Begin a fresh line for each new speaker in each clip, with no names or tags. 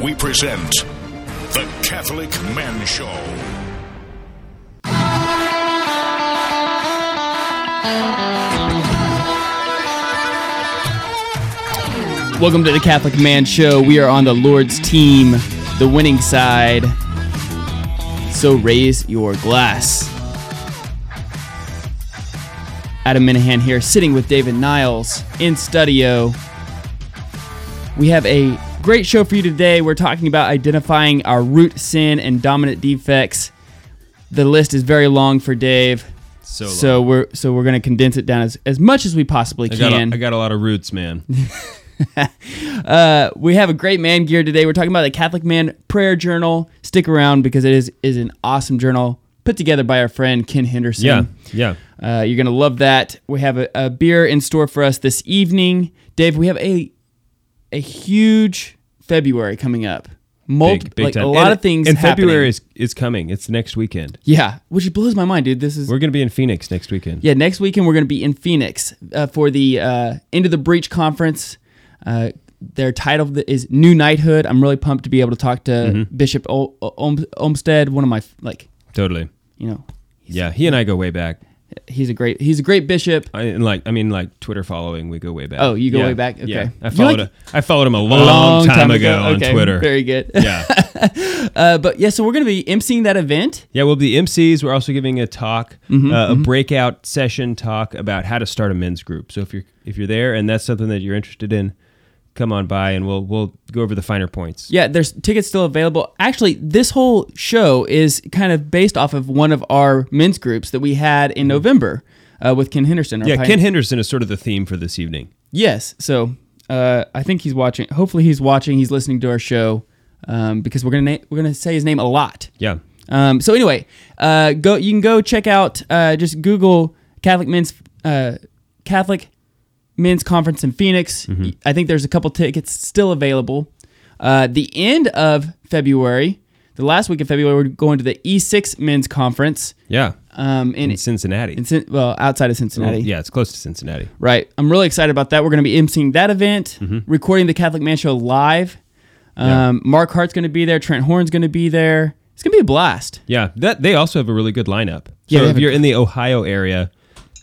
we present The Catholic Man Show.
Welcome to the Catholic Man Show. We are on the Lord's team, the winning side. So raise your glass. Adam Minahan here, sitting with David Niles in studio. We have a great show for you today. We're talking about identifying our root sin and dominant defects. The list is very long for Dave,
So,
so we're so we're going to condense it down as, as much as we possibly
I
can.
got, a, I got a lot of roots, man.
we have a great man gear today. We're talking about the Catholic Man Prayer Journal. Stick around because it is is an awesome journal put together by our friend Ken Henderson.
yeah, yeah.
Uh, you're gonna love that. We have a, a beer in store for us this evening, Dave. We have a a huge February coming up. Multi-
Big, big
like
time.
a lot
And-
of things.
And
happening.
February is, is coming. It's next weekend.
yeah, which blows my mind, dude. This is
We're going to be in Phoenix next weekend.
Yeah, next weekend we're going to be in Phoenix uh, for the uh, End of the Breach conference. Uh, their title th- is New Knighthood. I'm really pumped to be able to talk to
Mm-hmm.
Bishop Ol- Olm- Olmsted, one of my like,
Totally.
you know,
Yeah, he and I go way back.
he's a great he's a great bishop.
I and like I mean like Twitter following, we go way back.
Oh, you go
Yeah,
way back? Okay.
Yeah. I
You're
followed
like-
a- I followed him a long, time, ago, on
Okay,
Twitter.
Very good.
yeah.
Uh, but yeah, so we're going to be emceeing that event.
Yeah, we'll be MCs. We're also giving a talk,
Mm-hmm,
uh, a breakout session talk about how to start a men's group. So if you're if you're there and that's something that you're interested in, come on by and we'll we'll go over the finer points.
Yeah, there's tickets still available. Actually, this whole show is kind of based off of one of our men's groups that we had in November uh, with Ken Henderson. our
Mm-hmm. Yeah,
pioneer-
Ken Henderson is sort of the theme for this evening.
Yes. So uh, I think he's watching. Hopefully, he's watching. He's listening to our show um, because we're gonna na- we're gonna say his name a lot.
Yeah.
Um, so anyway, uh, go. You can go check out. Uh, just Google Catholic men's uh, Catholic men's conference in Phoenix. I think there's a couple tickets still available. Uh, the end of February, the last week of February, we're going to the E6 men's conference.
Yeah.
Um, in,
In Cincinnati.
in Cin- well outside of Cincinnati.
Yeah, it's close to Cincinnati.
Right. I'm really excited about that. We're going to be emceeing that event,
Mm-hmm.
recording the Catholic Man Show live. Um, Mark Hart's going to be there. Trent Horn's going to be there. It's going to be a blast.
Yeah, that they also have a really good lineup.
Yeah, they
so if
have a-
you're in the Ohio area,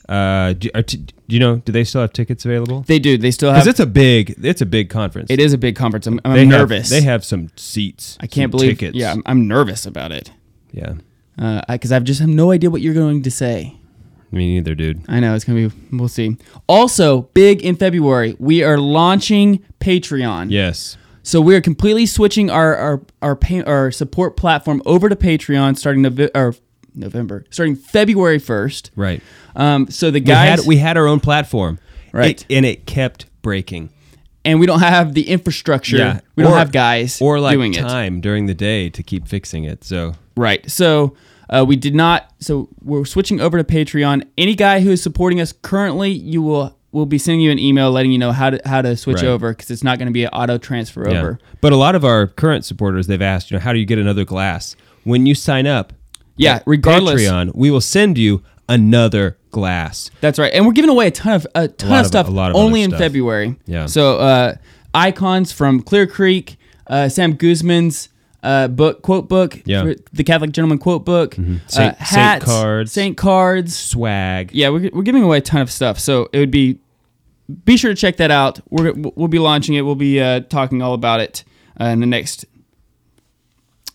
uh, do, are, t- do you know do they still have tickets available?
They do. They still
Because
have.
it's a big it's a big conference.
Uh, It is a big conference. I'm, I'm
They have-
nervous.
they have some seats.
I can't
some
believe.
tickets.
Yeah, I'm, I'm nervous about it
yeah.
because I've just have no idea what you're going to say.
Me neither, dude.
I know it's going to be. We'll see. Also, big in February, we are launching Patreon.
Yes.
So we are completely switching our our our pay, our support platform over to Patreon starting Nov- or November, starting February first.
Right.
Um, so the
We
guys
had, we had our own platform.
Right.
It- and it kept breaking.
and we don't have the infrastructure. we
Or-
don't have guys
or like
doing it.
time during the day to keep fixing it. So
Right. So uh, we did not. So we're switching over to Patreon. Any guy who is supporting us currently, you will will be sending you an email letting you know how to how to switch
Right.
over because it's not going to be an auto transfer
Yeah.
over.
But a lot of our current supporters, they've asked, you know, how do you get another glass? When you sign up,
Yeah,
at
regardless-
Patreon, we will send you another glass.
That's right. And we're giving away a ton of a ton
lot
of
of-
stuff
a lot of
only
other
in
stuff.
February.
Yeah.
So uh, icons from Clear Creek, uh, Sam Guzman's uh, book quote book,
Yeah. Mm-hmm.
the Catholic Gentleman quote book,
Saint-
uh,
saint
hats,
cards.
saint cards.
Swag.
Yeah, we're, we're giving away a ton of stuff. So it would be be sure to check that out. We're we'll be launching it. We'll be uh, talking all about it uh, in the next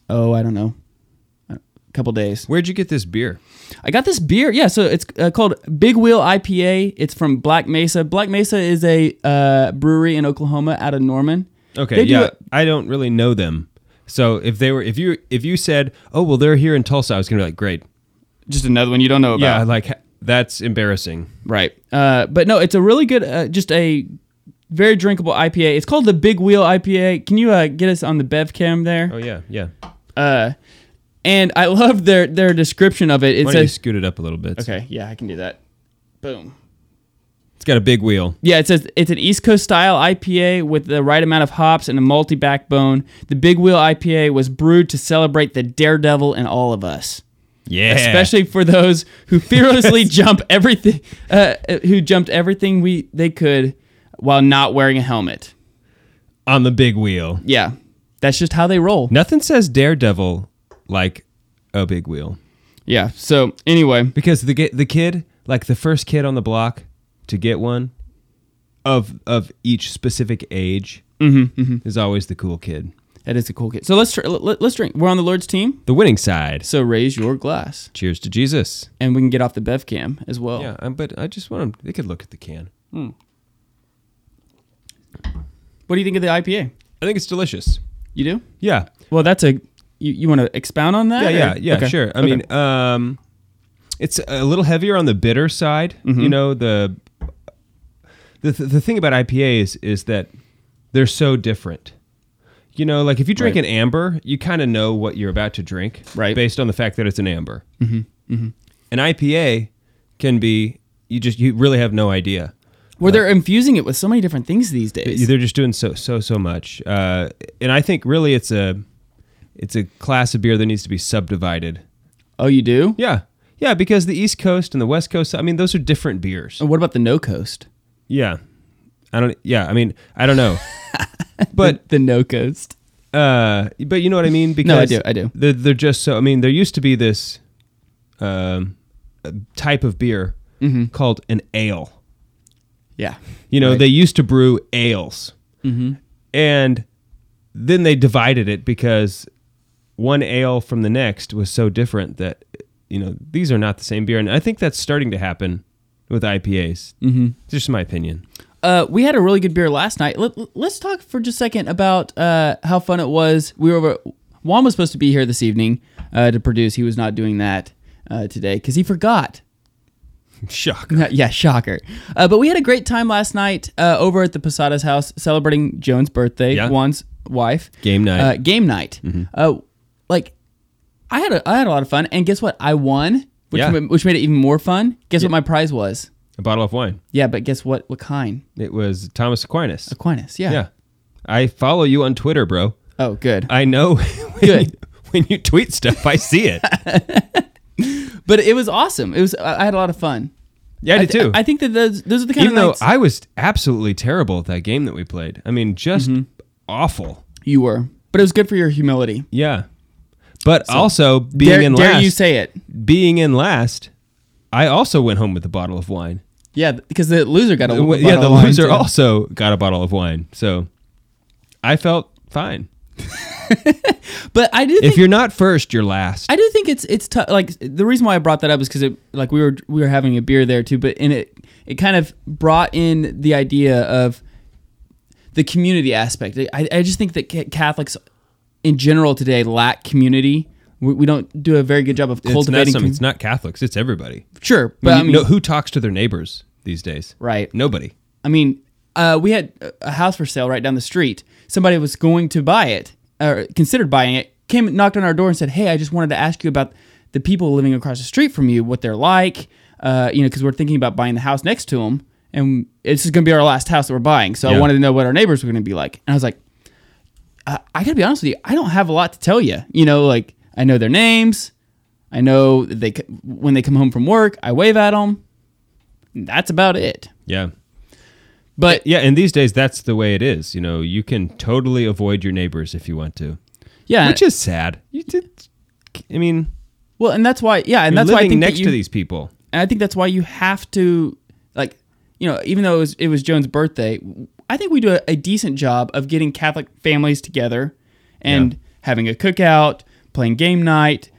oh I don't know a couple days.
Where'd you get this beer?
I got this beer. Yeah, so it's uh, called Big Wheel IPA. It's from Black Mesa. Black Mesa is a uh, brewery in Oklahoma out of Norman.
Okay,
They do
yeah.
it-
I don't really know them. So if they were if you if you said, "Oh, well they're here in Tulsa." I was going to be like, "Great."
Just another one you don't know about.
Yeah, like that's embarrassing.
Right. Uh, but no, it's a really good, uh, just a very drinkable IPA. It's called the Big Wheel IPA. Can you uh, get us on the bev cam there?
Oh yeah, yeah.
Uh, and I love their their description of it. It
Why don't you
says,
scoot it up a little bit?
okay, yeah, I can do that. Boom.
It's got a big wheel.
Yeah, it says it's an East Coast style IPA with the right amount of hops and a multi backbone. The Big Wheel IPA was brewed to celebrate the daredevil in all of us,
Yeah.
especially for those who fearlessly jump everything, uh, who jumped everything we they could while not wearing a helmet.
on the big wheel.
Yeah, That's just how they roll.
Nothing says Daredevil like a big wheel
Yeah. So anyway,
because the ki- the kid, like the first kid on the block to get one of of each specific age, is always the cool kid,
that is a cool kid. So let's tr- let, let's drink. We're on the Lord's team.
the winning side.
So raise your glass,
Cheers to Jesus.
and we can get off the Bev cam as well.
Yeah, um, but I just want them. They could look at the can.
What do you think of the IPA?
I think it's delicious.
You do?
Yeah,
Well, that's a. You, you want to expound on that?
yeah, yeah,
or-
yeah.
Okay.
Sure. I
Okay.
mean, um, it's a little heavier on the bitter side.
Mm-hmm.
You know the the th- the thing about IPAs is that they're so different. You know, like if you drink
Right.
an amber, you kind of know what you're about to drink,
Right.
Based on the fact that it's an amber. Mm-hmm. An IPA can be you just you really have no idea. uh,
Well, they're infusing it with so many different things these days.
They're just doing so so so much, uh, and I think really it's a it's a class of beer that needs to be subdivided.
Oh, you do?
Yeah. Yeah, because the East Coast and the West Coast, I mean, those are different beers.
And what about the no coast?
Yeah. I don't yeah, I mean, I don't know. but
the no coast.
uh but you know what I mean because
No, I do, I do.
They're, they're just so I mean, there used to be this um uh, type of beer
Mm-hmm.
called an ale.
Yeah.
You know,
Right. Mm-hmm.
they used to brew ales. And then they divided it because one ale from the next was so different that, you know, these are not the same beer. And I think that's starting to happen with IPAs. Mm-hmm. Just my opinion.
Uh, we had a really good beer last night. Let, let's talk for just a second about uh, how fun it was. We were over, Juan was supposed to be here this evening uh, to produce. He was not doing that uh, today because he forgot.
Shock.
yeah, shocker. Uh, but we had a great time last night uh, over at the Posadas house celebrating Joan's birthday,
Yeah.
Juan's wife.
Game night. Mm-hmm.
Uh, game night. Uh, like, I had a I had a lot of fun, and guess what? I won, which
Yeah.
ma- which made it even more fun. Guess what my prize was?
A bottle of wine.
Yeah, but guess what? What kind?
It was Thomas Aquinas.
Aquinas. Yeah.
Yeah. Uh, I follow you on Twitter, bro.
Oh, good.
I know when,
Good.
You, when you tweet stuff, I see it.
But it was awesome. It was. I I had a lot of fun.
Yeah, I do
th-
too.
I think that those those are the kind
Even
of
though
nights
I was absolutely terrible at that game that we played. I mean, just
Mm-hmm.
awful.
you were. But it was good for your humility.
Yeah. But also being
Dare,
in
dare
last,
you say it?
being in last, I also went home with a bottle of wine.
Yeah, because the loser got a
The-
bottle
yeah, the
of wine,
loser
too.
also got a bottle of wine. So I felt fine.
But I do. Think
If you're not first, you're last.
I do think it's it's tough. Like the reason why I brought that up is because it like we were we were having a beer there too, but and it it kind of brought in the idea of the community aspect. I I just think that ca- Catholics in general today lack community. We, we don't do a very good job of
it's not
cultivating.
some,
com-
it's not Catholics, it's everybody.
sure, but I mean,
no, who talks to their neighbors these days?
right?
Nobody.
I mean, uh, we had a- a house for sale right down the street. Somebody was going to buy it or considered buying it. Came and knocked on our door and said, "Hey, I just wanted to ask you about the people living across the street from you, what they're like, uh, you know, because we're thinking about buying the house next to them, and this is going to be our last house that we're buying. So I
Yeah.
wanted to know what our neighbors were going to be like." And I was like, I, "I got to be honest with you, I don't have a lot to tell you. You know, like I know their names, I know that they c- when they come home from work, I wave at them. That's about it."
Yeah.
But
Yeah, and these days that's the way it is. You know, you can totally avoid your neighbors if you want to.
yeah,
Which is sad. You did I mean,
Well, and that's why, yeah, and
you're
that's why I
living
think
next
that you,
to these people.
and I think that's why you have to, like, you know, even though it was, it was Joan's birthday, I think we do a, a decent job of getting Catholic families together and
Yeah.
having a cookout, playing game night,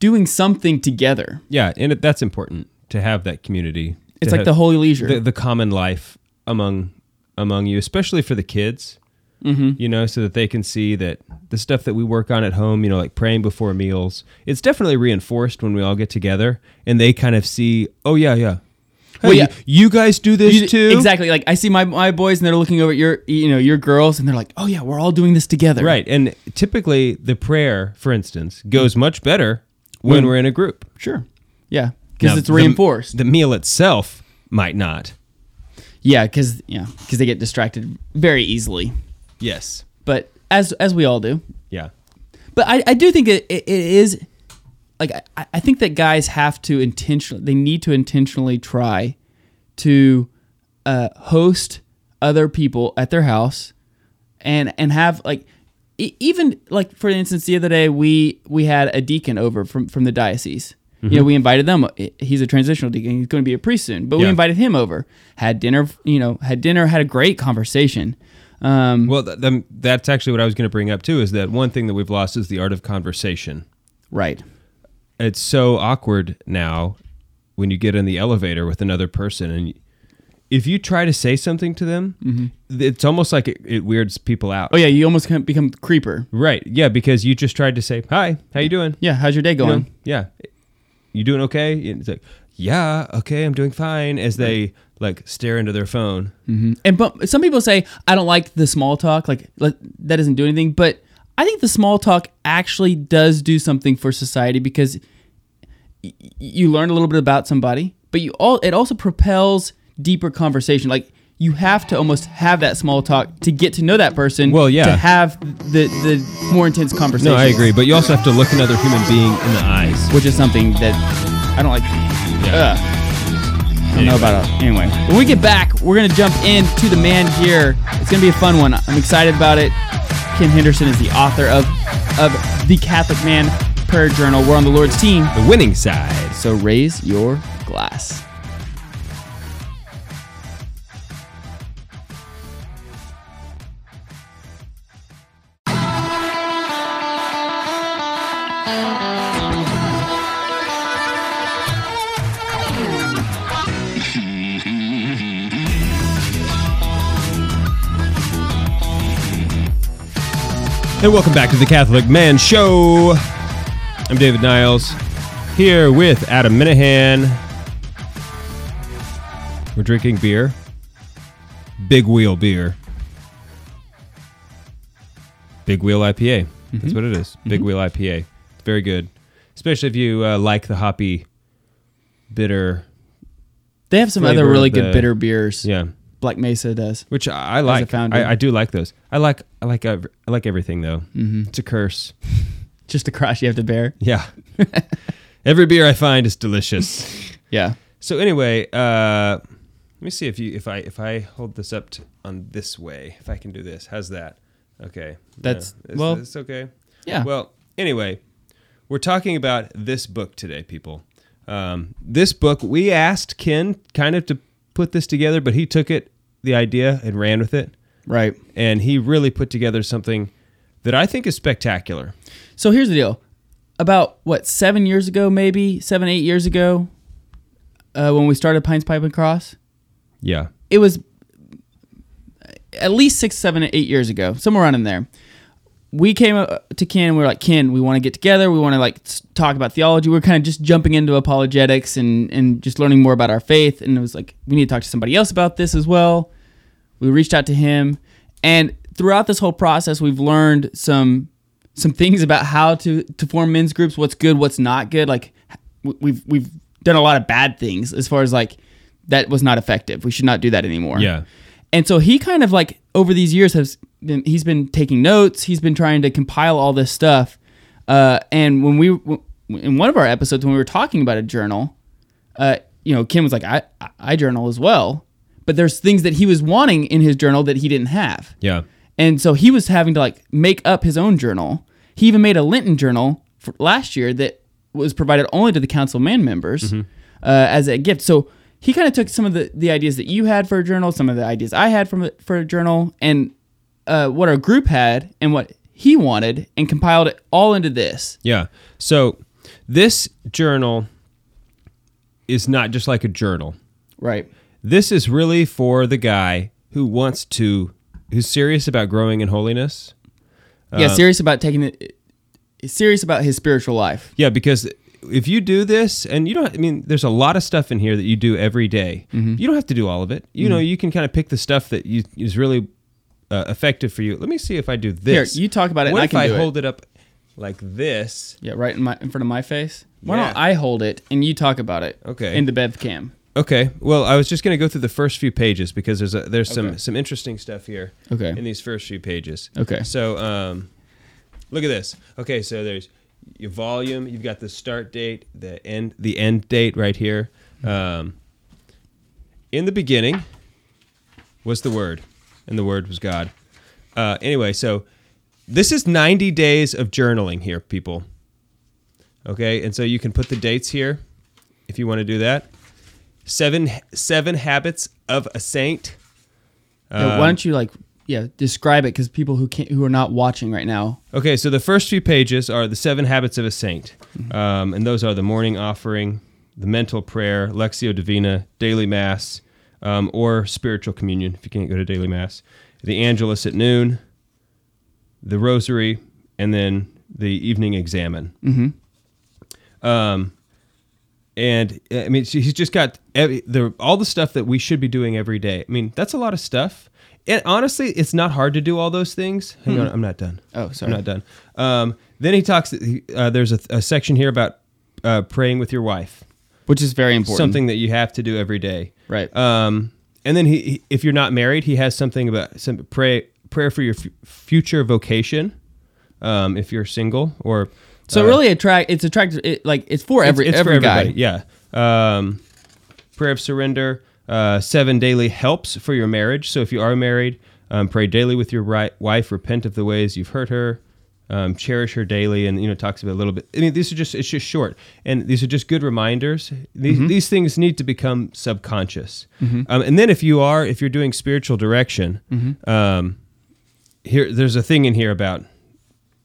doing something together.
Yeah, and it, that's important to have that community.
It's
to
like
have
the holy leisure.
the, the common life among among you, especially for the kids. Mm-hmm. You know, so that they can see that the stuff that we work on at home, you know, like praying before meals, it's definitely reinforced when we all get together, and they kind of see, oh yeah, yeah. Hey,
Well, yeah.
You, you guys do this
You-
too,
Exactly. Like I see my, my boys and they're looking over at your you know your girls and they're like, oh yeah, we're all doing this together.
right? And typically, the prayer, for instance, goes much better when
When-
we're in a group.
Sure. Yeah. Because
Now,
it's
the-
reinforced.
The meal itself might not.
yeah. Because yeah. Because they get distracted very easily.
Yes.
But as as we all do.
Yeah.
But I, I do think it, it, it is like I, I think that guys have to intentionally they need to intentionally try to uh, host other people at their house and and have like e- even like for instance, the other day we we had a deacon over from from the diocese. You know, we invited them. uh, He's a transitional deacon. He's going to be a priest soon, but we
Yeah.
invited him over. Had dinner. You know, had dinner. Had a great conversation. Um,
Well, th- them- that's actually what I was going to bring up too. Is that one thing that we've lost is the art of conversation.
right.
It's so awkward now when you get in the elevator with another person, and y- if you try to say something to them, th- it's almost like it, it weirds people out.
Mm-hmm. Oh yeah, you almost can- become creeper.
Right? Yeah, because you just tried to say hi, how you doing?
Yeah. How's your day
You know,
going?
yeah, you doing okay? And It's like, yeah, okay, I'm doing fine. As they like stare into their phone.
Mm-hmm. And but some people say I don't like the small talk, like, like that doesn't do anything. But I think the small talk actually does do something for society because y- y- you learn a little bit about somebody, but you all it also propels deeper conversation. Like you have to almost have that small talk to get to know that person.
Well, yeah.
to have the the more intense conversation.
No, I agree, but you also have to look another human being in the eyes.
Which is something that I don't like. Ugh. I don't know about it. Anyway, when we get back, we're gonna jump into the man gear. It's gonna be a fun one. I'm excited about it. Kim Henderson is the author of of the Catholic Man Prayer Journal. We're on the Lord's team,
The winning side.
so raise your glass.
And welcome back to the Catholic Man Show. I'm David Niles here with Adam Minahan. We're drinking beer, Big Wheel beer, Big Wheel IPA. That's what it is. Big Wheel IPA. It's very good, especially if you uh, like the hoppy, bitter.
They have some other
Flavor
really
of the-
good bitter beers.
Yeah,
Black Mesa does.
which I, I like.
founder.
I, I do like those. I like. I like. ev- I like everything though. Mm-hmm. It's a curse.
Just the crush you have to bear.
Yeah. Every beer I find is delicious.
Yeah.
So anyway, uh, let me see if you if I if I hold this up to, on this way, if I can do this. How's that? Okay.
That's-
it's,
well,
it's okay.
yeah.
Well, anyway, we're talking about this book today, people. Um, this book we asked Ken kind of to put this together, but he took it the idea and ran with it,
Right.
and he really put together something that I think is spectacular.
So here's the deal. About what seven years ago, maybe seven eight years ago, uh, when we started Pines Pipe and Cross,
Yeah.
it was at least six, seven, eight years ago, somewhere around in there. We came uh, to Ken and we were like, Ken, we want to get together. We want to like s- talk about theology. We are kind of just jumping into apologetics and and just learning more about our faith. And it was like we need to talk to somebody else about this as well. We reached out to him, and throughout this whole process, we've learned some some things about how to to form men's groups. What's good, what's not good. Like we- we've we've done a lot of bad things as far as like that was not effective. We should not do that anymore.
Yeah.
And so he kind of like over these years has been he's been taking notes. He's been trying to compile all this stuff. Uh, and when we in one of our episodes when we were talking about a journal, uh, you know, Kim was like, I I journal as well, but there's things that he was wanting in his journal that he didn't have.
Yeah.
And so he was having to like make up his own journal. He even made a Linton journal for last year that was provided only to the Council of Man members uh, as a gift. So he kind of took some of the, the ideas that you had for a journal, some of the ideas I had from it for a journal, and uh, what our group had and what he wanted, and compiled it all into this.
Yeah. So this journal is not just like a journal.
Right.
This is really for the guy who wants to, who's serious about growing in holiness.
Yeah.
Um,
Serious about taking it. Serious about his spiritual life.
Yeah, because if you do this, and you don't, I mean, there's a lot of stuff in here that you do every day.
Mm-hmm.
You don't have to do all of it. You know, you can kind of pick the stuff that you, is really uh, effective for you. Let me see if I do this.
you talk about it and
What
I
if
can
I
do it?
hold it up like this?
Yeah, right in my in front of my face. Why
Yeah.
don't I hold it and you talk about it?
Okay.
In the bev cam.
Okay. Well, I was just going to go through the first few pages because there's a, there's
Okay.
some some interesting stuff here.
Okay.
In these first few pages.
Okay.
So, um, look at this. Okay, so there's your volume. You've got the start date, the end, the end date right here. Um, in the beginning was the word, and the word was God. Uh, anyway, so This is 90 days of journaling here, people. Okay, and so you can put the dates here if you want to do that. Seven seven habits of a saint.
Yeah,
Um,
why don't you like yeah describe it because people who can't who are not watching right now.
Okay, so the first few pages are the seven habits of a saint, um, and those are the morning offering, the mental prayer, Lexio Divina, daily mass, um, or spiritual communion if you can't go to daily mass, the Angelus at noon, the Rosary, and then the evening examen. Mm-hmm. Um, and uh, I mean, she- he's just got every, the all the stuff that we should be doing every day. I mean, that's a lot of stuff. And honestly, it's not hard to do all those things. Hang on, I'm not done.
Oh, sorry.
I'm not done. Um, then he talks. Uh, there's a, a section here about uh, praying with your wife,
Which is very important.
something that you have to do every day.
Right.
Um, and then he, he- if you're not married, he has something about some pray prayer for your f- future vocation. Um, if you're single or
so
uh,
really attract it's attractive it, like it's for every
it's, it's
every
for everybody.
guy.
Yeah. Um, prayer of surrender, uh, seven daily helps for your marriage. So if you are married, um, pray daily with your ri wife, repent of the ways you've hurt her, um, cherish her daily, and you know talks about a little bit. I mean, these are just it's just short, and these are just good reminders. These
Mm-hmm.
these things need to become subconscious. Um, and then if you are if you're doing spiritual direction,
Mm-hmm.
um, here there's a thing in here about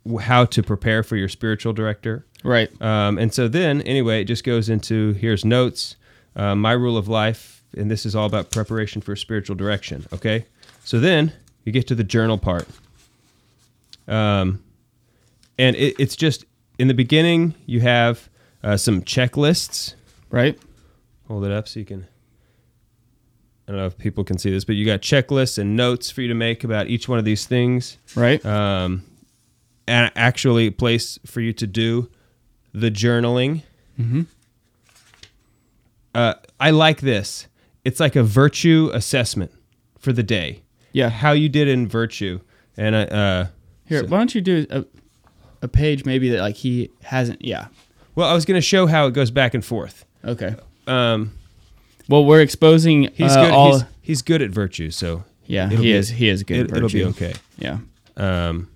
w- how to prepare for your spiritual director
Right.
um, and so then, anyway, it just goes into here's notes, uh, my rule of life, and this is all about preparation for spiritual direction. Okay. So then you get to the journal part. Um, and it, it's just in the beginning, you have uh, some checklists.
Right.
Hold it up so you can. I don't know if people can see this, but you got checklists and notes for you to make about each one of these things
Right.
um, and actually a place for you to do the journaling. Mm-hmm. Uh, I like this. It's like a virtue assessment for the day.
Yeah.
how you did in virtue, and I, uh,
Here,
so-
why don't you do a, a page maybe that like he hasn't yeah.
well, I was going to show how it goes back and forth.
Okay.
Um,
Well, we're exposing
he's
uh,
good.
all
he's, he's good at virtue, so
Yeah,
it'll
he
be-
is- he is good at
It, it'll be
virtue.
okay.
yeah.
Um,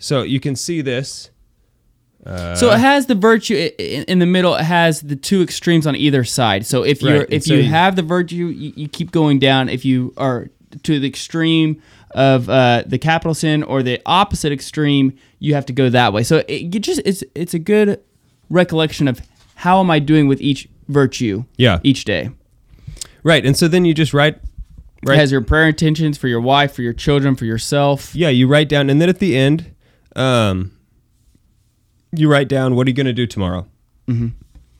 so you can see this.
So
Uh-huh.
it has the virtue i- i- in the middle. It has the two extremes on either side. So if you're
Right, and
if
so
you
you-
have the virtue, you, you keep going down. If you are to the extreme of uh, the capital sin or the opposite extreme, you have to go that way. So it, it just it's it's a good recollection of how am I doing with each virtue?
Yeah.
each day.
Right, and so then you just write.
It
Right.
has your prayer intentions for your wife, for your children, for yourself.
yeah you write down and then at the end um you write down what are you going to do tomorrow mm-hmm.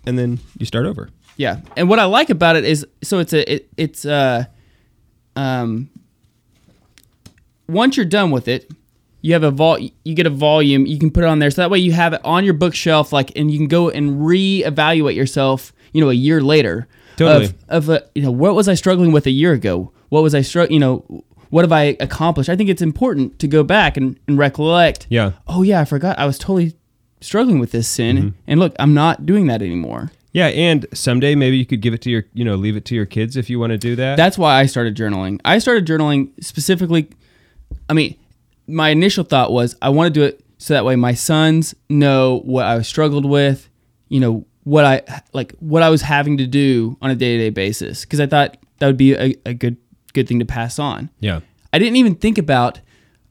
and then you start over
Yeah, and what I like about it is so it's a it, it's uh um once you're done with it, you have a vol you get a volume you can put it on there so that way you have it on your bookshelf like and you can go and reevaluate yourself you know a year later
Totally.
of of uh, you know what was I struggling with a year ago what was I struggling you know what have I accomplished I think it's important to go back and, and recollect
Yeah. Mm-hmm.
oh yeah I forgot I was totally struggling with this sin and look I'm not doing that anymore
yeah and someday maybe you could give it to your you know leave it to your kids if you want to do that
That's why I started journaling. I started journaling specifically. I mean, my initial thought was I want to do it so that way my sons know what I struggled with, you know, what I like, what I was having to do on a day to day basis, because I thought that would be a, a good good thing to pass on.
yeah
I didn't even think about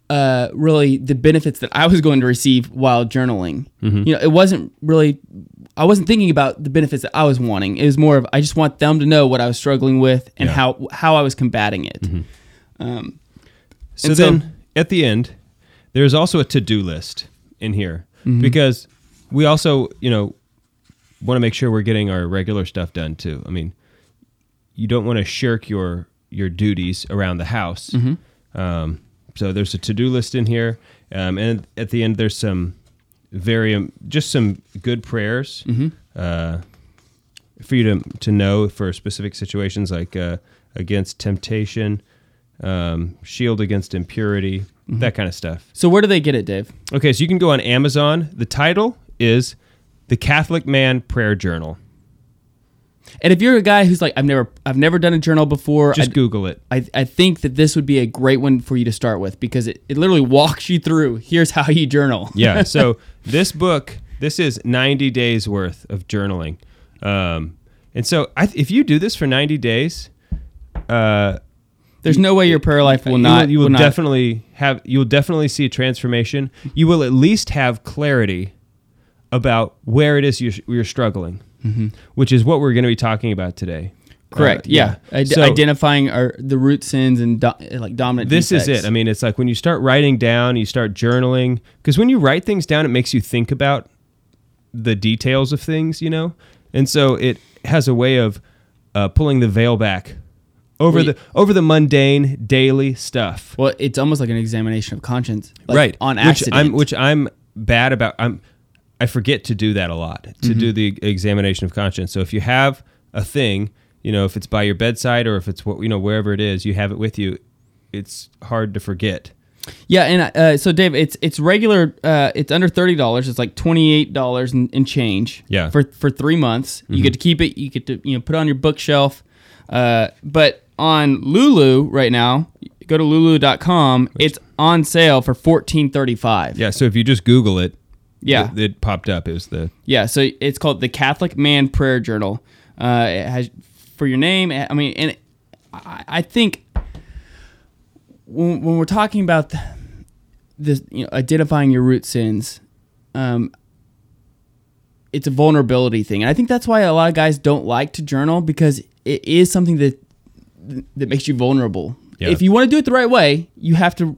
uh, really the benefits that I was going to receive while journaling.
Mm-hmm.
You know, it wasn't really. I wasn't thinking about the benefits that I was wanting. It was more of I just want them to know what I was struggling with and
Yeah. Mm-hmm.
how how I was combating it.
so
and so-
then at the end there's also a to-do list in here
Mm-hmm.
because we also you know want to make sure we're getting our regular stuff done too i mean you don't want to shirk your your duties around the house.
Mm-hmm.
Um, so there's a to do list in here, um, and at the end there's some very um, just some good prayers
Mm-hmm.
uh, for you to to know for specific situations like uh, against temptation, um, shield against impurity,
Mm-hmm.
that kind of stuff.
So where do they get it, Dave?
Okay, so you can go on Amazon. The title is the Catholic Man Prayer Journal.
And if you're a guy who's like, I've never, I've never done a journal before,
Just
I,
Google it.
I, I think that this would be a great one for you to start with because it, it literally walks you through. Here's how you journal.
Yeah. So this book, this is 90 days worth of journaling. Um, and so I th- if you do this for 90 days, uh,
There's no way your prayer life will not.
you will, you will
not-
definitely have you'll definitely see a transformation. You will at least have clarity about where it is you're, you're struggling, which is what we're going to be talking about today.
Mm-hmm. correct.
Uh,
yeah, Ide-
So-
identifying our, the root sins and do, like dominant.
this is
defects.
it. I mean, it's like when you start writing down, you start journaling because when you write things down, it makes you think about the details of things, you know, and so it has a way of uh, pulling the veil back over
Well,
the over the mundane daily stuff.
Well, it's almost like an examination of conscience, like,
right
On
Which
accident,
I'm, which I'm bad about. I'm I forget to do that a lot to
Mm-hmm.
do the examination of conscience. So if you have a thing, you know, if it's by your bedside or if it's what you know wherever it is, you have it with you. It's hard to forget.
yeah, and uh, so Dave, it's it's regular. Uh, it's under thirty dollars. It's like twenty eight dollars and, and change.
Yeah. Mm-hmm.
for for three months, you get to keep it. You get to you know put it on your bookshelf. Uh, but on Lulu right now, go to lulu.com. It's on sale for fourteen thirty five.
Yeah. So if you just Google it,
Yeah.
it, it popped up. It was the
Yeah, so it's called the Catholic Man Prayer Journal. Uh, it has for your name. I mean, and I, I think when, when we're talking about th- this, you know, identifying your root sins, um, it's a vulnerability thing, and I think that's why a lot of guys don't like to journal because it is something that that makes you vulnerable.
Yeah.
If you want to do it the right way, you have to,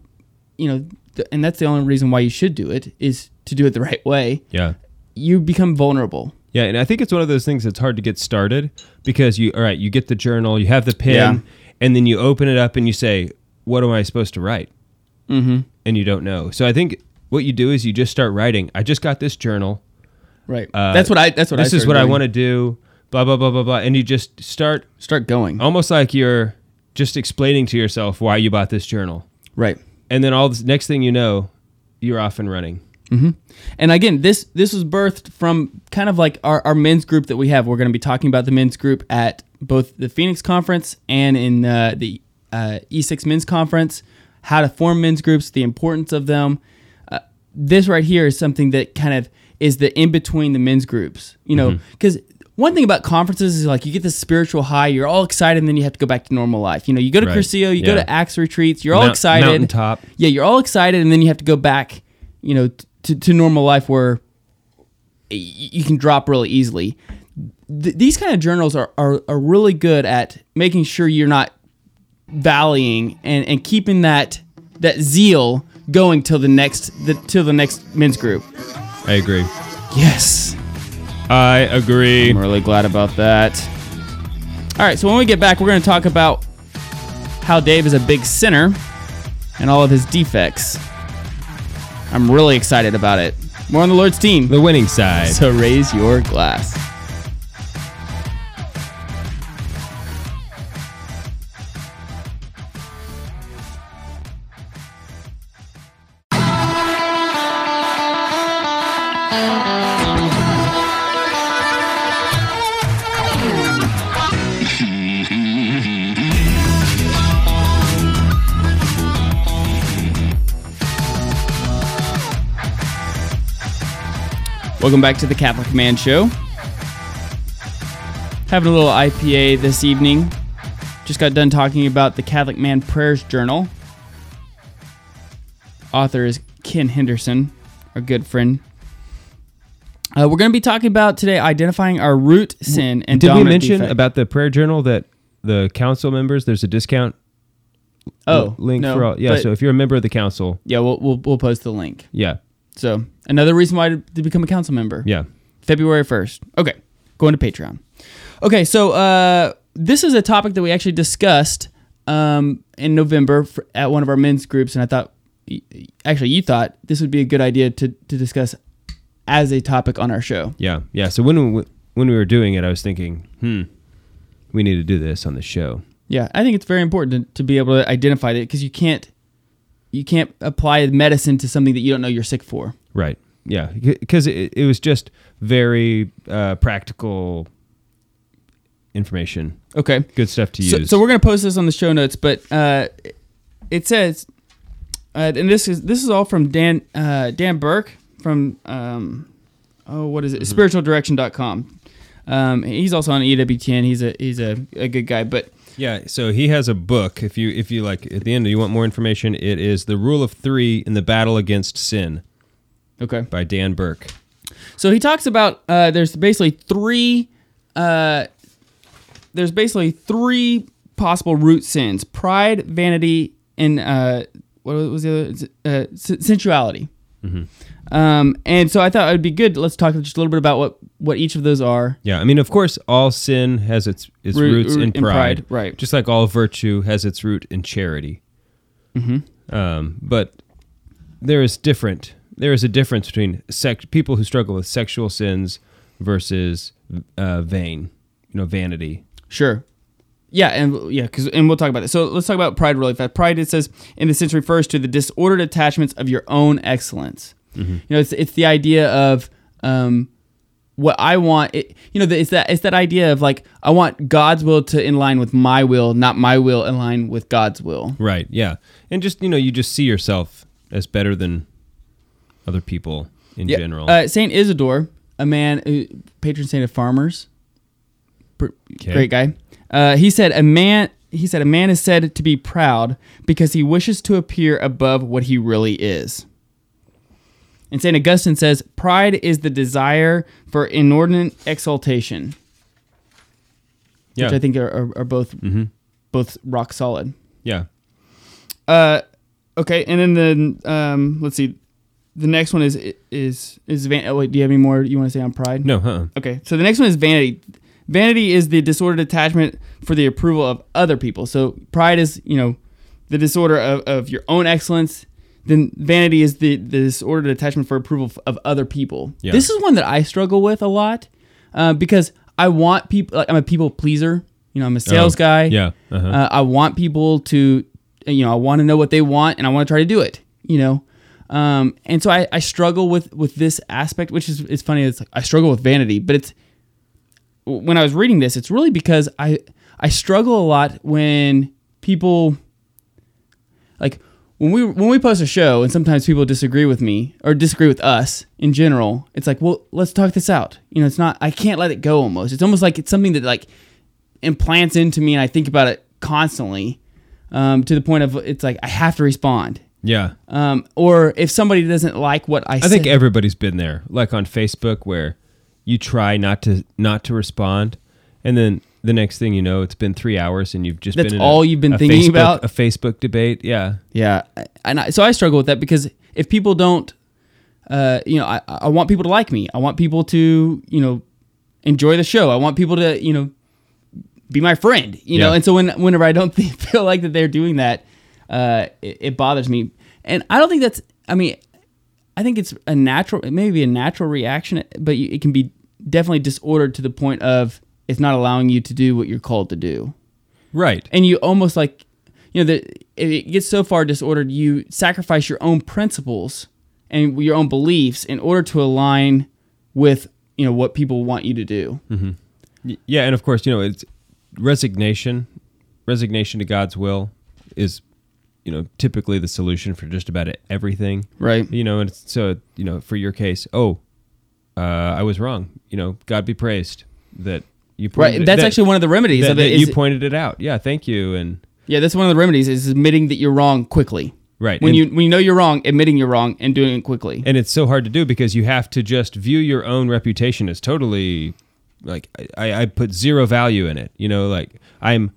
you know, th- and that's the only reason why you should do it is to do it the right way
yeah.
you become vulnerable.
Yeah, and I think it's one of those things that's hard to get started because you all right, you get the journal, you have the pen,
Yeah.
and then you open it up and you say, "What am I supposed to write?" Mm-hmm. And you don't know. So I think what you do is you just start writing. I just got this journal.
Right.
Uh,
that's what I. That's what I.
This is
started
what I
doing.
want to do. Blah blah blah blah blah. And you just start
Start going.
almost like you're just explaining to yourself why you bought this journal,
Right.
and then all this next thing you know, you're off and running.
And again, this this was birthed from kind of like our, our men's group that we have. We're going to be talking about the men's group at both the Phoenix conference and in uh, the uh, E6 men's conference. How to form men's groups, the importance of them. Uh, this right here is something that kind of is the in between the men's groups. You know,
Mm-hmm.
because one thing about conferences is like you get this spiritual high, you're all excited, and then you have to go back to normal life. You know, you go to
Right.
Curcio, you go
Yeah.
to Axe retreats, you're all
Mount-
excited.
mountaintop.
Yeah, you're all excited, and then you have to go back, you know, t- to, to normal life where y- you can drop really easily. Th- these kind of journals are, are, are really good at making sure you're not valleying and, and keeping that that zeal going till the next the, till the next men's group.
I agree.
Yes,
I agree.
I'm really glad about that. All right, so when we get back, we're going to talk about how Dave is a big sinner and all of his defects. I'm really excited about it. More on the Lord's team.
The winning side.
So raise your glass. Welcome back to the Catholic Man Show. Having a little IPA this evening. Just got done talking about the Catholic Man Prayers Journal. Author is Ken Henderson, our good friend. Uh, we're going to be talking about today identifying our root sin and
Did we
dominant
mention
defect.
about the prayer journal that the council members there's a discount
oh
link
no,
for all? Yeah,
but-
so if you're a member of the council,
yeah, we'll, we'll we'll post the link.
yeah,
So another reason why to, to become a council member.
yeah,
February 1st. Okay, going to Patreon. Okay, so uh, this is a topic that we actually discussed um, in November for, at one of our men's groups, and I thought, y- y- actually, you thought this would be a good idea to, to discuss as a topic on our show.
yeah, yeah. So when we, when we were doing it, I was thinking, hmm, we need to do this on the show.
Yeah, I think it's very important to, to be able to identify that because you can't you can't apply medicine to something that you don't know you're sick for.
Right. Yeah. Because it, it was just very uh, practical information.
Okay.
Good stuff to
So,
use.
so we're gonna post this on the show notes, but uh, it says, uh, and this is this is all from Dan uh, Dan Burke from um, oh what is it spiritualdirection.com. Um, he's also on EWTN. He's a he's a, a good guy, but
yeah. So he has a book. If you if you like, at the end, you want more information. It is the Rule of Three in the Battle Against Sin
okay.
by Dan Burke.
So he talks about uh, there's basically three uh, there's basically three possible root sins: pride, vanity, and uh, what was the other It's, uh, sen- sensuality. Um, and so I thought it would be good. Let's talk just a little bit about what what each of those are.
Yeah, I mean, of course, all sin has its its
Root-
roots
root
in
in pride,
pride,
right.
Just like all virtue has its root in charity. Mm-hmm. Um, but there is different. There is a difference between sex, people who struggle with sexual sins versus uh, vain, you know, vanity.
Sure. Yeah, and yeah, cause, and we'll talk about it. So let's talk about pride really fast. Pride it says in the sense refers to the disordered attachments of your own excellence. You know, it's it's the idea of um, what I want. It, you know, the- it's that it's that idea of like I want God's will to in line with my will, not my will in line with God's will.
Right. Yeah, and just you know, you just see yourself as better than other people in general.
Uh, Saint Isidore, a man, who, patron saint of farmers, Pr-
Okay.
great guy. Uh, he said a man. He said a man is said to be proud because he wishes to appear above what he really is. And Saint Augustine says pride is the desire for inordinate exaltation,
yeah. Mm-hmm.
which I think are, are, are both both rock solid. Uh,
Yeah.
Okay, and then the um, let's see, the next one is is is van. Oh wait, do you have any more you want to say on pride?
No. uh-uh. Huh.
Okay, so the next one is vanity. Vanity is the disordered attachment for the approval of other people. So pride is, you know, the disorder of, of your own excellence. Then vanity is the, the disordered attachment for approval f- of other people.
Yeah.
This is one that I struggle with a lot uh, because I want people, like, I'm a people pleaser. You know, I'm a sales
Oh,
guy.
yeah, uh-huh.
Uh, I want people to, you know, I want to know what they want and I want to try to do it, you know? Um, and so I, I struggle with, with this aspect, which is, it's funny. It's like, I struggle with vanity, but it's, when I was reading this, it's really because I I struggle a lot when people like when we when we post a show and sometimes people disagree with me or disagree with us in general. It's like, well, let's talk this out. You know, it's not I can't let it go almost. It's almost like it's something that like implants into me and I think about it constantly um, to the point of it's like I have to respond.
Yeah.
Um, or if somebody doesn't like what I,
I
say,
think everybody's been there, like on Facebook, where you try not to not to respond, and then the next thing you know, it's been three hours, and you've just
That's
been in
all
a,
you've been
a
thinking
Facebook-
about?
a Facebook debate. Yeah,
Yeah, I- and I, so I struggle with that because if people don't, uh, you know, I, I want people to like me. I want people to, you know, enjoy the show. I want people to, you know, be my friend. You know,
Yeah.
and so when whenever I don't think, feel like that they're doing that, uh, it, it bothers me. And I don't think that's. I mean, I think it's a natural. It may be a natural reaction, but you, it can be definitely disordered to the point of it's not allowing you to do what you're called to do
right.
and you almost like you know the it it gets so far disordered you sacrifice your own principles and your own beliefs in order to align with you know what people want you to do
Mm-hmm. Y- yeah, and of course, you know, it's resignation, resignation to God's will is, you know, typically the solution for just about everything.
Right.
You know, and it's- so you know, for your case, oh, uh, I was wrong. You know, God be praised that you pointed
right that's
that-
actually one of the remedies
that,
of it
that you
is-
pointed it out. Yeah, thank you, and.
yeah that's one of the remedies is admitting that you're wrong quickly
Right,
when
and-
you when you know you're wrong admitting you're wrong and doing it quickly
and it's so hard to do because you have to just view your own reputation as totally like I, I put zero value in it you know like i'm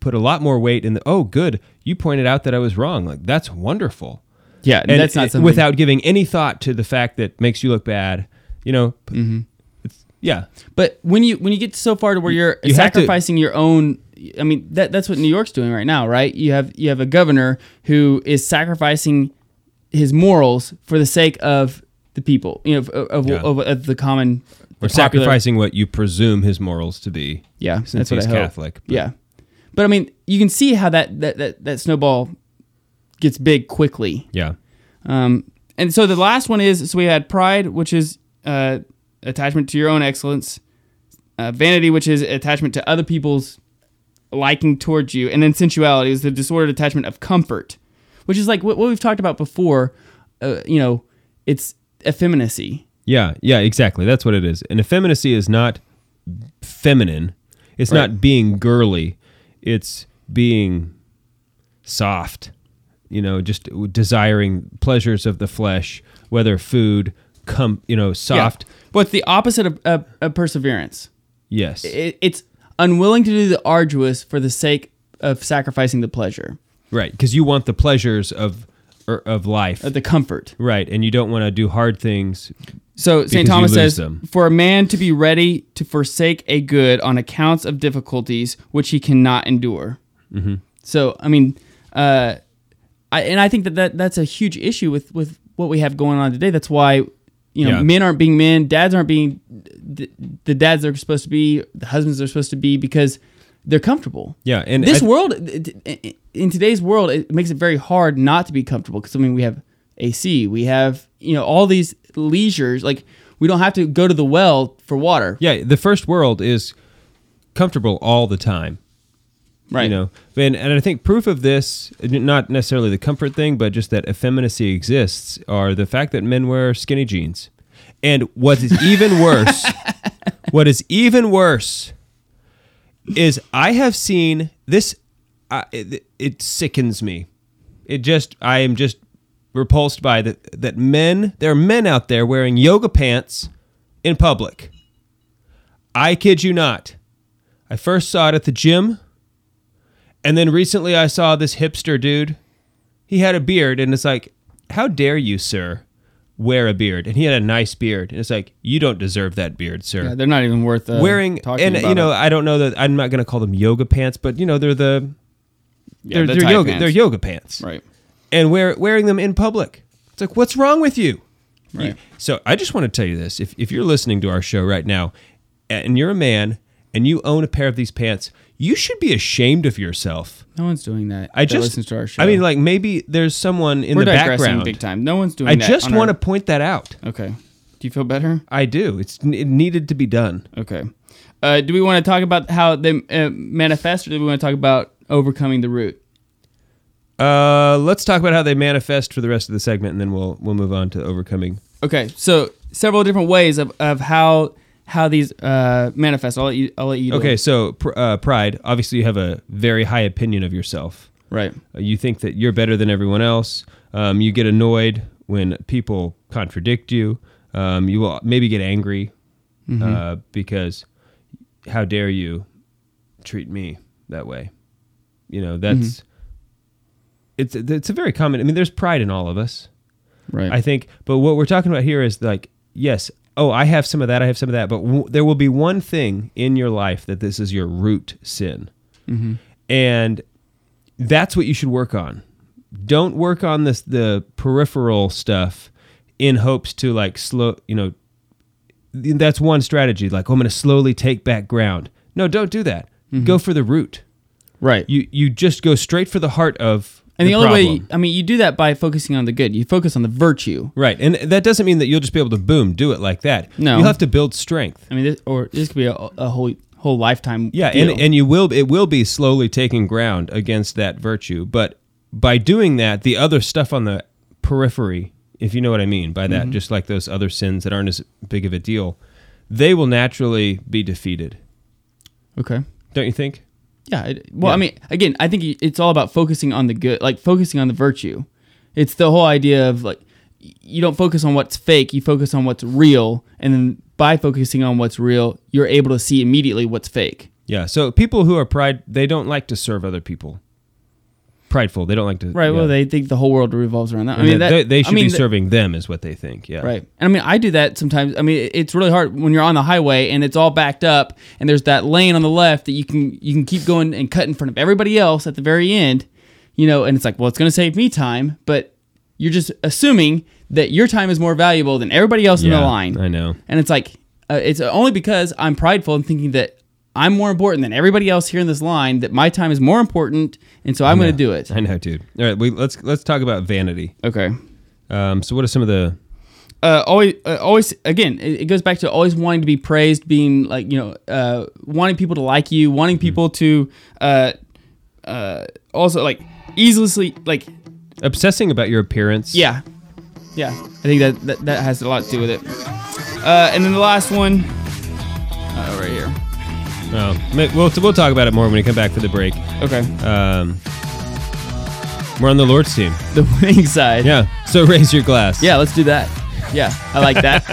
put a lot more weight in the oh good you pointed out that i was wrong like that's wonderful
yeah
and
that's not
it-
something
without giving any thought to the fact that makes you look bad you know
Mm-hmm.
it's, yeah
But when you when you get so far to where you're
You have to-
sacrificing your own, I mean that that's what New York's doing right now, right? You have you have a governor who is sacrificing his morals for the sake of the people, you know, of of,
Yeah.
of, of the common
or
the popular-
sacrificing what you presume his morals to be
Yeah,
since
that's what
he's
I hope.
catholic but-
Yeah, but I mean, you can see how that that that, that snowball gets big quickly.
yeah
Um, and so the last one is so we had pride, which is uh, attachment to your own excellence. uh, vanity, which is attachment to other people's liking towards you, and then sensuality is the disordered attachment of comfort, which is like what, what we've talked about before. Uh, you know, it's effeminacy.
Yeah, yeah, exactly. That's what it is. And effeminacy is not feminine. It's not being girly. It's being soft. You know, just desiring pleasures of the flesh, whether food, com, you know, soft.
Yeah. But it's the opposite of, of, of perseverance.
Yes.
It, it's unwilling to do the arduous for the sake of sacrificing the pleasure,
right, cuz you want the pleasures of er, of life.
of uh, the comfort.
right, and you don't want to do hard things.
So St.
Because you
Thomas
lose
says,
them.
for a man to be ready to forsake a good on accounts of difficulties which he cannot endure.
Mm-hmm.
So I mean, uh, I and I think that, that that's a huge issue with with what we have going on today. That's why you know
Yeah.
men aren't being men, dads aren't being the, the dads they're supposed to be, the husbands they're supposed to be because they're comfortable.
Yeah, and
this
I-
world in today's world it makes it very hard not to be comfortable because i mean we have ac we have you know all these leisures like we don't have to go to the well for water
Yeah, the first world is comfortable all the time.
right
You know, and, and I think proof of this, not necessarily the comfort thing, but just that effeminacy exists, are the fact that men wear skinny jeans. And what is even worse, what is even worse, is I have seen this. I it, it sickens me. It just I am just repulsed by that. That men there are men out there wearing yoga pants in public. I kid you not. I first saw it at the gym. And then recently I saw this hipster dude. He had a beard, and it's like, how dare you, sir, wear a beard? And he had a nice beard. And it's like, you don't deserve that beard, sir.
Yeah, they're not even worth uh,
wearing,
talking
and
about
you know,
it.
I don't know that I'm not going to call them yoga pants, but you know, they're the
Yeah,
they're,
the
they're
tight
yoga
pants.
they're yoga pants,
right
And wear, wearing them in public. It's like, what's wrong with you?
right
So I just want to tell you this: if if you're listening to our show right now, and you're a man and you own a pair of these pants, you should be ashamed of yourself.
no one's doing that
I
that
just
listens to our show
I mean, like maybe there's someone in
we're
the
digressing
background.
big time no one's doing
I
that
just
on our-
want to point that out.
okay do you feel better
I do. It's it needed to be done.
okay uh, do we want to talk about how they uh, manifest or do we want to talk about overcoming the root
Uh, let's talk about how they manifest for the rest of the segment, and then we'll we'll move on to overcoming.
Okay, so several different ways of, of how how these uh, manifest. I'll let you. I'll let you. do
Okay,
it.
so pr- uh, pride. Obviously, you have a very high opinion of yourself.
Right.
Uh, You think that you're better than everyone else. Um, you get annoyed when people contradict you. Um, you will maybe get angry uh, because how dare you treat me that way? You know that's it's it's a very common. I mean, there's pride in all of us.
Right.
I think, but what we're talking about here is like, yes, oh, I have some of that, I have some of that, but w- there will be one thing in your life that this is your root sin,
Mm-hmm.
and that's what you should work on. Don't work on this the peripheral stuff in hopes to like slow, you know. th- That's one strategy. Like, oh, I'm going to slowly take back ground. No, don't do that.
Mm-hmm.
Go for the root.
right.
You you just go straight for the heart of
and the, only way,
problem.
I mean, you do that by focusing on the good. You focus on the virtue.
Right. And that doesn't mean that you'll just be able to boom, do it like that.
No.
You'll have to build strength.
I mean, this, or this could be a, a whole whole lifetime.
Yeah,
deal.
and, and you will it will be slowly taking ground against that virtue. But by doing that, the other stuff on the periphery, if you know what I mean by
Mm-hmm.
that, just like those other sins that aren't as big of a deal, they will naturally be defeated.
okay.
Don't you think?
Yeah. It, well, I
Yeah.
mean, again, I think it's all about focusing on the good, like focusing on the virtue. It's the whole idea of like y- you don't focus on what's fake, you focus on what's real, and then by focusing on what's real, you're able to see immediately what's fake.
Yeah. So people who are pride they don't like to serve other people. Prideful. They don't like to
Right. Well,
yeah.
they think the whole world revolves around that. I
And
mean,
they-
that,
they, they should
I mean,
be
that-
serving them is what they think. Yeah.
Right. And I mean, I do that sometimes. I mean, it- it's really hard when you're on the highway and it's all backed up, and there's that lane on the left that you can you can keep going and cut in front of everybody else at the very end, you know. And it's like, well, it's going to save me time, but you're just assuming that your time is more valuable than everybody else in the
Yeah,
line.
I know.
And it's like, uh, it's only because I'm prideful and thinking that. I'm more important than everybody else here in this line. That my time is more important, and so I'm going to do it.
I know, dude. All right, we let's let's talk about vanity.
Okay.
Um, so what are some of the
uh, always, uh, always. Again, it, it goes back to always wanting to be praised, being like you know, uh, wanting people to like you, wanting
Mm-hmm.
people to uh, uh, also like easily like
Obsessing about your appearance.
yeah, yeah. I think that that, that has a lot to do with it. Uh, and then the last one, uh, right here.
Oh, ma- we'll, we'll talk about it more when we come back for the break.
Okay,
Um, we're on the Lord's team.
the winning side.
Yeah. So raise your glass.
Yeah, let's do that. Yeah, I like that.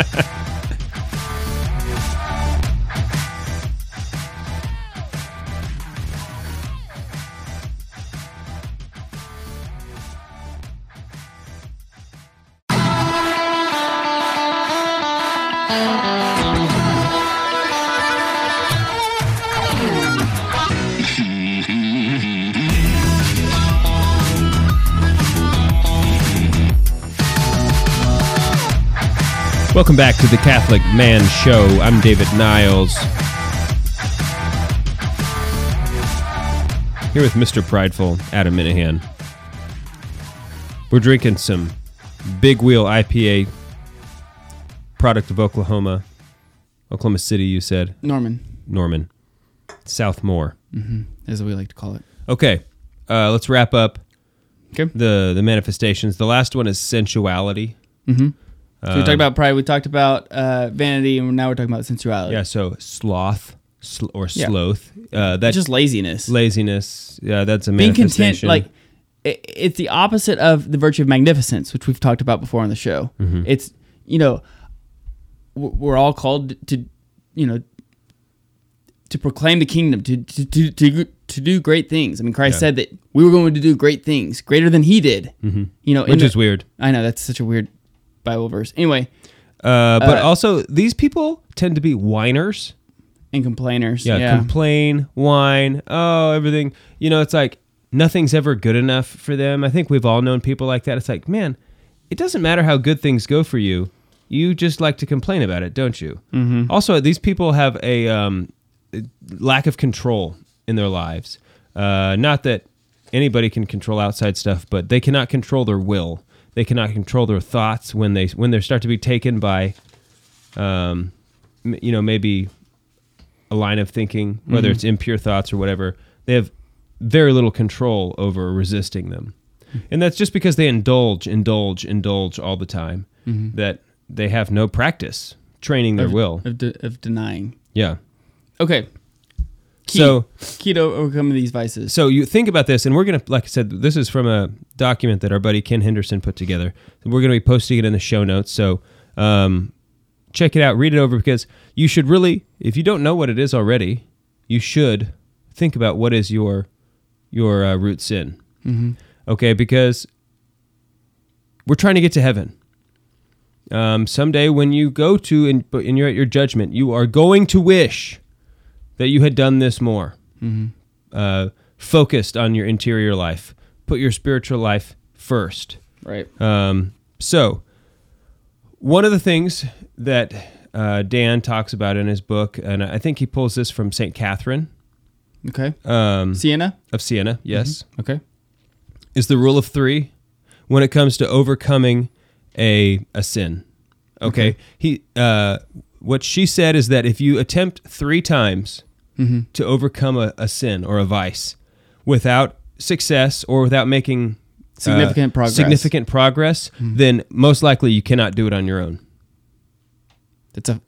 Welcome back to the Catholic Man Show. I'm David Niles. Here with Mr. Prideful, Adam Minahan. We're drinking some Big Wheel IPA, product of Oklahoma. Oklahoma City, you said,
Norman
Norman. Southmore.
is what we like to call it.
Okay, uh, let's wrap up
Okay.
the, the manifestations. The last one is sensuality.
So
Uh,
we talked about pride. We talked about uh, vanity, and now we're talking about sensuality.
Yeah, so sloth sl- or
Yeah.
sloth. Uh,
It's
that's
just laziness.
laziness. Yeah, that's a
Being content,
manifestation.
like i it's the opposite of the virtue of magnificence, which we've talked about before on the show.
Mm-hmm.
It's you know, w- we're all called to, you know, to proclaim the kingdom, to to to to, to do great things. I mean, Christ
Yeah.
said that we were going to do great things, greater than He did. You know, in
Mm-hmm. which
the-
is weird.
I know that's such a weird Bible verse. Anyway,
Uh, but
uh,
also, these people tend to be whiners.
and complainers,
Yeah,
yeah,
complain, whine. Oh, everything. You know, it's like nothing's ever good enough for them. I think we've all known people like that. It's like, man, it doesn't matter how good things go for you. You just like to complain about it, don't you? Mm-hmm. Also, these people have a um, lack of control in their lives. Uh, not that anybody can control outside stuff, but they cannot control their will. They cannot control their thoughts when they when they start to be taken by, um, m- you know, maybe a line of thinking, whether it's impure thoughts or whatever. They have very little control over resisting them, and that's just because they indulge, indulge, indulge all the time. That they have no practice training their
of,
will.
of, de- of denying.
Yeah.
Okay, Key.
So
key to overcome these vices.
so you think about this, and we're gonna, like I said, this is from a document that our buddy Ken Henderson put together. We're gonna be posting it in the show notes, so um, check it out, read it over, because you should really, if you don't know what it is already, you should think about what is your your uh, root sin. Okay, because we're trying to get to heaven. Um, someday, when you go to and and you're at your judgment, you are going to wish that you had done this more uh, focused on your interior life. Put your spiritual life first.
Right.
Um, so, one of the things that uh, Dan talks about in his book, and I think he pulls this from St. Catherine
Okay.
um, uh,
Sienna.
of Siena, yes,
Okay.
is the rule of three when it comes to overcoming a, a sin. Okay. He, uh, what she said is that if you attempt three times
Mm-hmm.
to overcome a, a sin or a vice without success or without making uh,
Significant progress. Mm-hmm.
significant progress, then most likely you cannot do it on your own.
That's a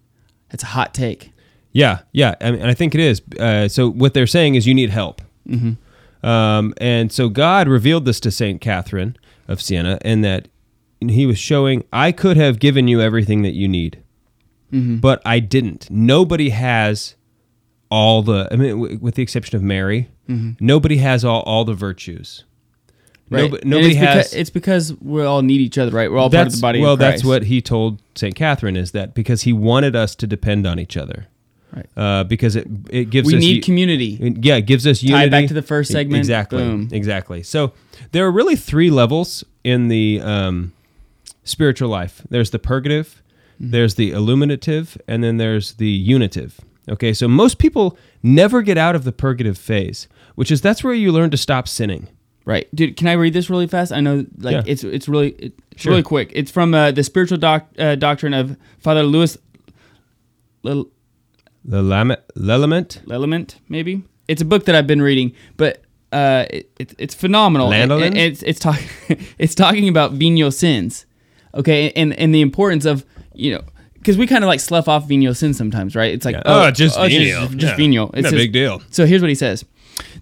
that's a hot take.
Yeah, yeah, I mean, and I think it is. Uh, so what they're saying is you need help, mm-hmm. um, and so God revealed this to Saint Catherine of Siena, and that He was showing I could have given you everything that you need,
Mm-hmm.
but I didn't. Nobody has all the. I mean, w- with the exception of Mary,
Mm-hmm.
nobody has all all the virtues. Nobo-
And
nobody
it's
has.
Because, it's because we all need each other, right? We're all part of
that's,
the body.
well,
of Christ.
that's what he told Saint Catherine is that because he wanted us to depend on each other.
Right.
Uh, because it it gives
we
us
need
u-
community.
it- yeah, it gives us
Tie
unity.
back to the first
E-
segment,
Exactly.
boom.
Exactly. So there are really three levels in the um, spiritual life. There's the purgative,
Mm-hmm.
there's the illuminative, and then there's the unitive. Okay, so most people never get out of the purgative phase, which is that's where you learn to stop sinning.
Right, dude. Can I read this really fast? I know, like
Yeah.
it's it's really it's
Sure.
really quick. It's from uh, the spiritual doc, uh, doctrine of Father Louis Lil-
The lament, lament,
Lilliment, maybe. It's a book that I've been reading, but uh, it, it, it's phenomenal. And-
Lanolin?
and it's it's talking it's talking about venial sins, okay, and and the importance of you know because we kind of like slough off venial sins sometimes, right? It's like
Yeah. Oh, just
it's
venial.
just,
Yeah.
venial. It's
No
just-
big deal.
So here's what he says: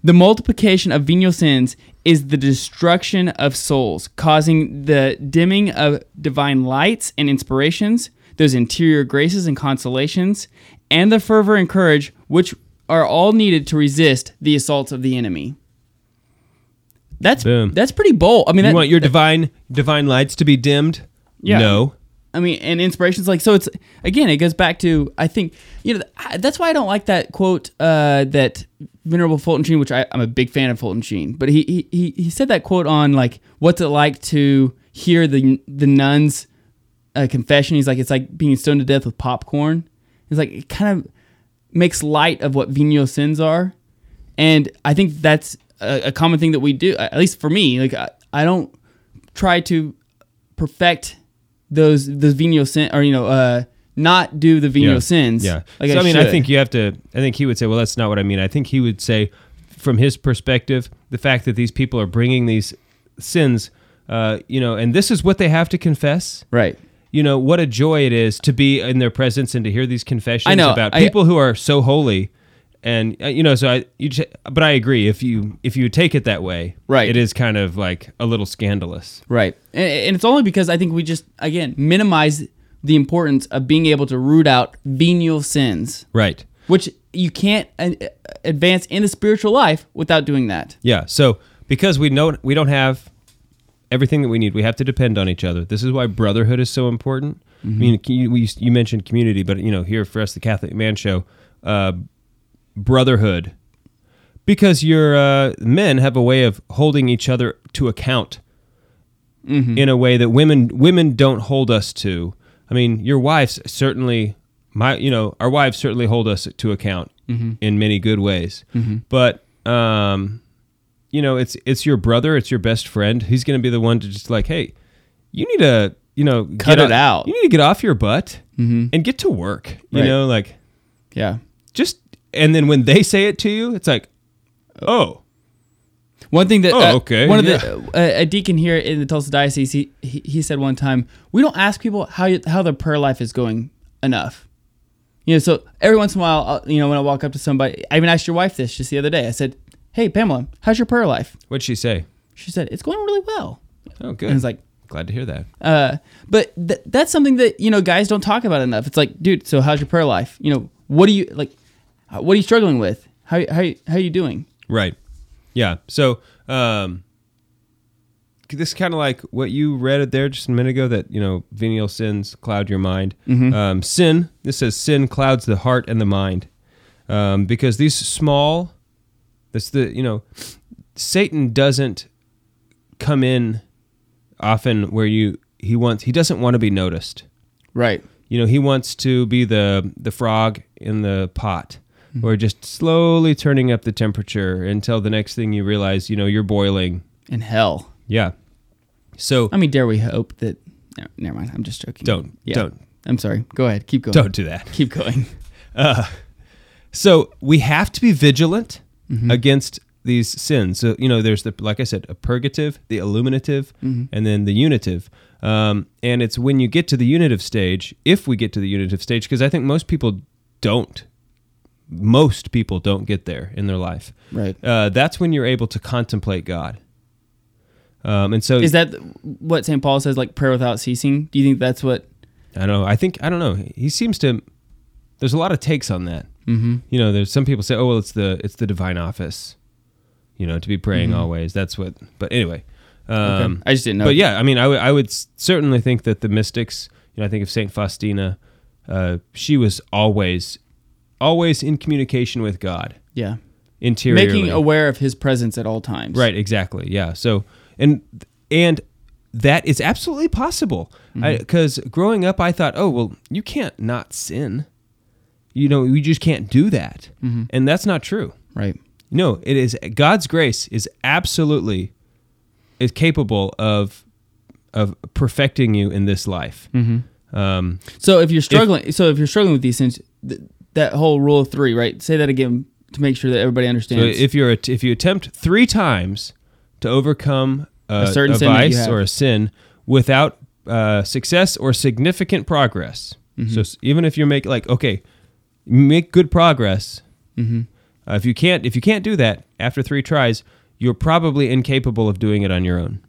the multiplication of venial sins is the destruction of souls, causing the dimming of divine lights and inspirations, those interior graces and consolations, and the fervor and courage which are all needed to resist the assaults of the enemy. That's
Boom.
that's pretty bold. I mean, that,
you want your divine divine lights to be dimmed?
Yeah.
No.
I mean, and inspirations like so. It's again, it goes back to I think you know I- that's why I don't like that quote uh, that venerable Fulton Sheen, which I, I'm a big fan of Fulton Sheen, but he he he he said that quote on like what's it like to hear the the nuns uh, confession. He's like it's like being stoned to death with popcorn. It's like it kind of makes light of what venial sins are, and I think that's a, a common thing that we do. At least for me, like I, I don't try to perfect those those venial sin or you know uh not do the venial
Yeah.
sins.
Yeah.
Like
so I, mean, I
should.
think you have to. I think he would say, well, that's not what I mean. I think he would say, from his perspective, the fact that these people are bringing these sins, uh, you know, and this is what they have to confess.
right.
You know what a joy it is to be in their presence and to hear these confessions
I know,
about
I-
people who are so holy, and uh, you know. So I, you, j- but I agree. If you if you take it that way,
Right.
it is kind of like a little scandalous.
Right. And, and it's only because I think we just again minimize the importance of being able to root out venial sins,
Right.
which you can't uh, advance in the spiritual life without doing that.
Yeah. So because we know we don't have everything that we need, we have to depend on each other. This is why brotherhood is so important. I mean, you, we, you mentioned community, but you know, here for us, the Catholic Man Show, uh, brotherhood, because your uh, men have a way of holding each other to account
Mm-hmm.
in a way that women women don't hold us to. I mean, your wives certainly my you know our wives certainly hold us to account
Mm-hmm.
in many good ways. But um, you know, it's it's your brother, it's your best friend. He's going to be the one to just like, hey, you need to you know
Cut
get
it
o-
out. Mm-hmm.
You need to get off your butt and get to work. You
Right.
know, like
Yeah.
just and then when they say it to you, it's like, oh.
One thing that
Oh,
uh,
okay,
one of the uh, a deacon here in the Tulsa diocese he, he he said one time we don't ask people how you, how their prayer life is going enough. You know, so every once in a while, I'll, you know, when I walk up to somebody, I even asked your wife this just the other day. I said, "Hey, Pamela, how's your prayer life?"
What'd she say?
She said, "It's going really well."
Oh, good.
And it's like,
glad to hear that.
uh, but th- that's something that you know guys don't talk about enough. It's like, dude, so how's your prayer life? You know, what do you like? h- What are you struggling with? How how how are you doing?
Right. Yeah. So um, this is kind of like what you read there just a minute ago that, you know, venial sins cloud your mind.
Mm-hmm.
Um, sin, this says sin clouds the heart and the mind. Um, because these small, that's the, you know, Satan doesn't come in often where you, he wants, he doesn't want to be noticed
Right.
you know he wants to be the the frog in the pot or just slowly turning up the temperature until the next thing you realize you know you're boiling
In hell.
yeah so
I mean, dare we hope that? No, never mind. I'm just joking.
Don't, don't.
I'm sorry. Go ahead. Keep going.
don't do that
Keep going.
Uh, so we have to be vigilant
Mm-hmm.
against these sins so you know there's the like i said a purgative the illuminative
Mm-hmm.
and then the unitive um, and it's when you get to the unitive stage if we get to the unitive stage because i think most people don't most people don't get there in their life
Right.
uh, that's when you're able to contemplate god um, and so
Is that what St. Paul says, like prayer without ceasing? Do you think that's what?
I don't know. I think I don't know. He seems to. There's a lot of takes on that. Mm-hmm. You know, there's some people say, "Oh, well, it's the it's the divine office." You know, to be praying always. That's what. But anyway, um,
I just didn't know.
But yeah, I mean, I would I would s- certainly think that the mystics. You know, I think of Saint Faustina. Uh, she was always, always in communication with God
Yeah.
interiorly.
Making aware of his presence at all times.
Right, exactly. Yeah. So and and that is absolutely possible. Because growing up, I thought, oh well, you can't not sin. You know, you just can't do that, and that's not true.
Right.
No, it is God's grace is absolutely is capable of of perfecting you in this life. Um,
So if you're struggling, so if you're struggling with these things, th- that whole rule of three, right? Say that again to make sure that everybody
so
understands.
if you're att- if you attempt three times to overcome a,
A certain
a
sin that you
vice
have.
or a sin without uh, success or significant progress,
Mm-hmm.
so s- even if you make like okay, make good progress.
Mm-hmm.
Uh, if you can't if you can't do that after three tries, you're probably incapable of doing it on your own,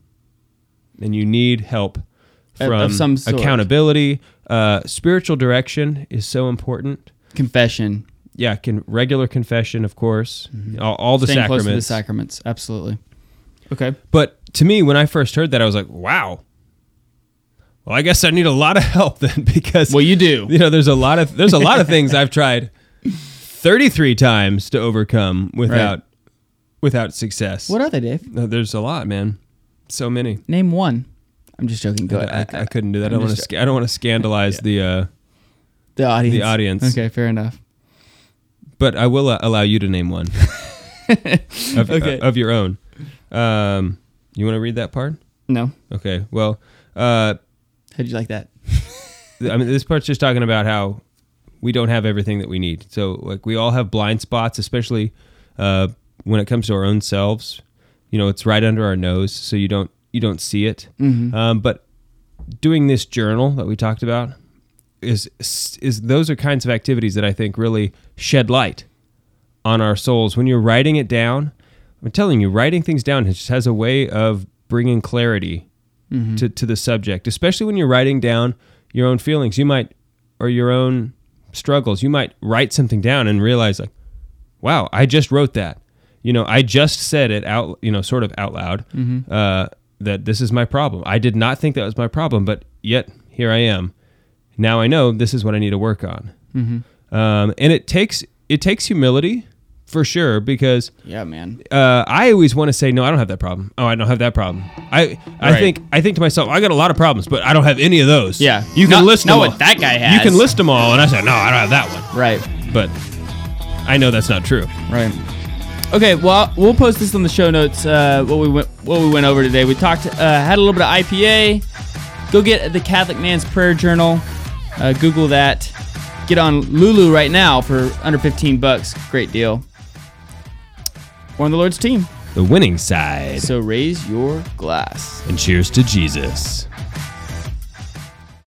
and you need help
Of-
from
of some sort.
accountability. Uh, spiritual direction is so important.
Confession,
Yeah, can regular confession, of course, all, all the
Mm-hmm. staying close
sacraments.
to the sacraments, absolutely. Okay,
But to me, when I first heard that, I was like, wow. Well, I guess I need a lot of help then because
well you do.
you know there's a lot of there's a lot of things I've tried 33 times to overcome without without success.
What are they, Dave?
No, there's a lot, man. So many.
Name one. I'm just joking. Go
I,
ahead.
I couldn't do that. I
I'm
don't want to.
just-
I don't want to scandalize the. Uh,
the audience.
the audience.
Okay, fair enough.
but I will uh, allow you to name one. of, uh,
Okay.
of your own. Um, you want to read that part?
No,
Okay. Well, uh,
how'd you like that?
th- I mean, this part's just talking about how we don't have everything that we need. So, like, we all have blind spots, especially uh, when it comes to our own selves. You know, it's right under our nose, so you don't you don't see it. Um, but doing this journal that we talked about is is those are kinds of activities that I think really shed light on our souls when you're writing it down. I'm telling you, writing things down has- just has a way of bringing clarity to, to the subject, especially when you're writing down your own feelings. You might, or your own struggles, you might write something down and realize, like, wow, I just wrote that. You know, I just said it out, you know, sort of out loud uh, that this is my problem. I did not think that was my problem, but yet here I am. Now I know this is what I need to work on. Um, and it takes it takes humility for sure because
Yeah, man.
uh, I always want to say no. I don't have that problem. Oh, I don't have that problem. I I
Right.
think I think to myself, I got a lot of problems, but I don't have any of those.
Yeah.
you can
Not-
list
not
them
what
all.
that guy
You
has.
can list them all, and I said, no, I don't have that one.
Right,
But I know that's not true.
right. Okay, well we'll post this on the show notes. Uh, what we went what we went over today. We talked uh, had a little bit of IPA. Go get the Catholic Man's Prayer Journal. Uh, Google that. Get on Lulu right now for under fifteen bucks. Great deal. We're on the Lord's team,
The winning side.
so raise your glass.
and cheers to Jesus.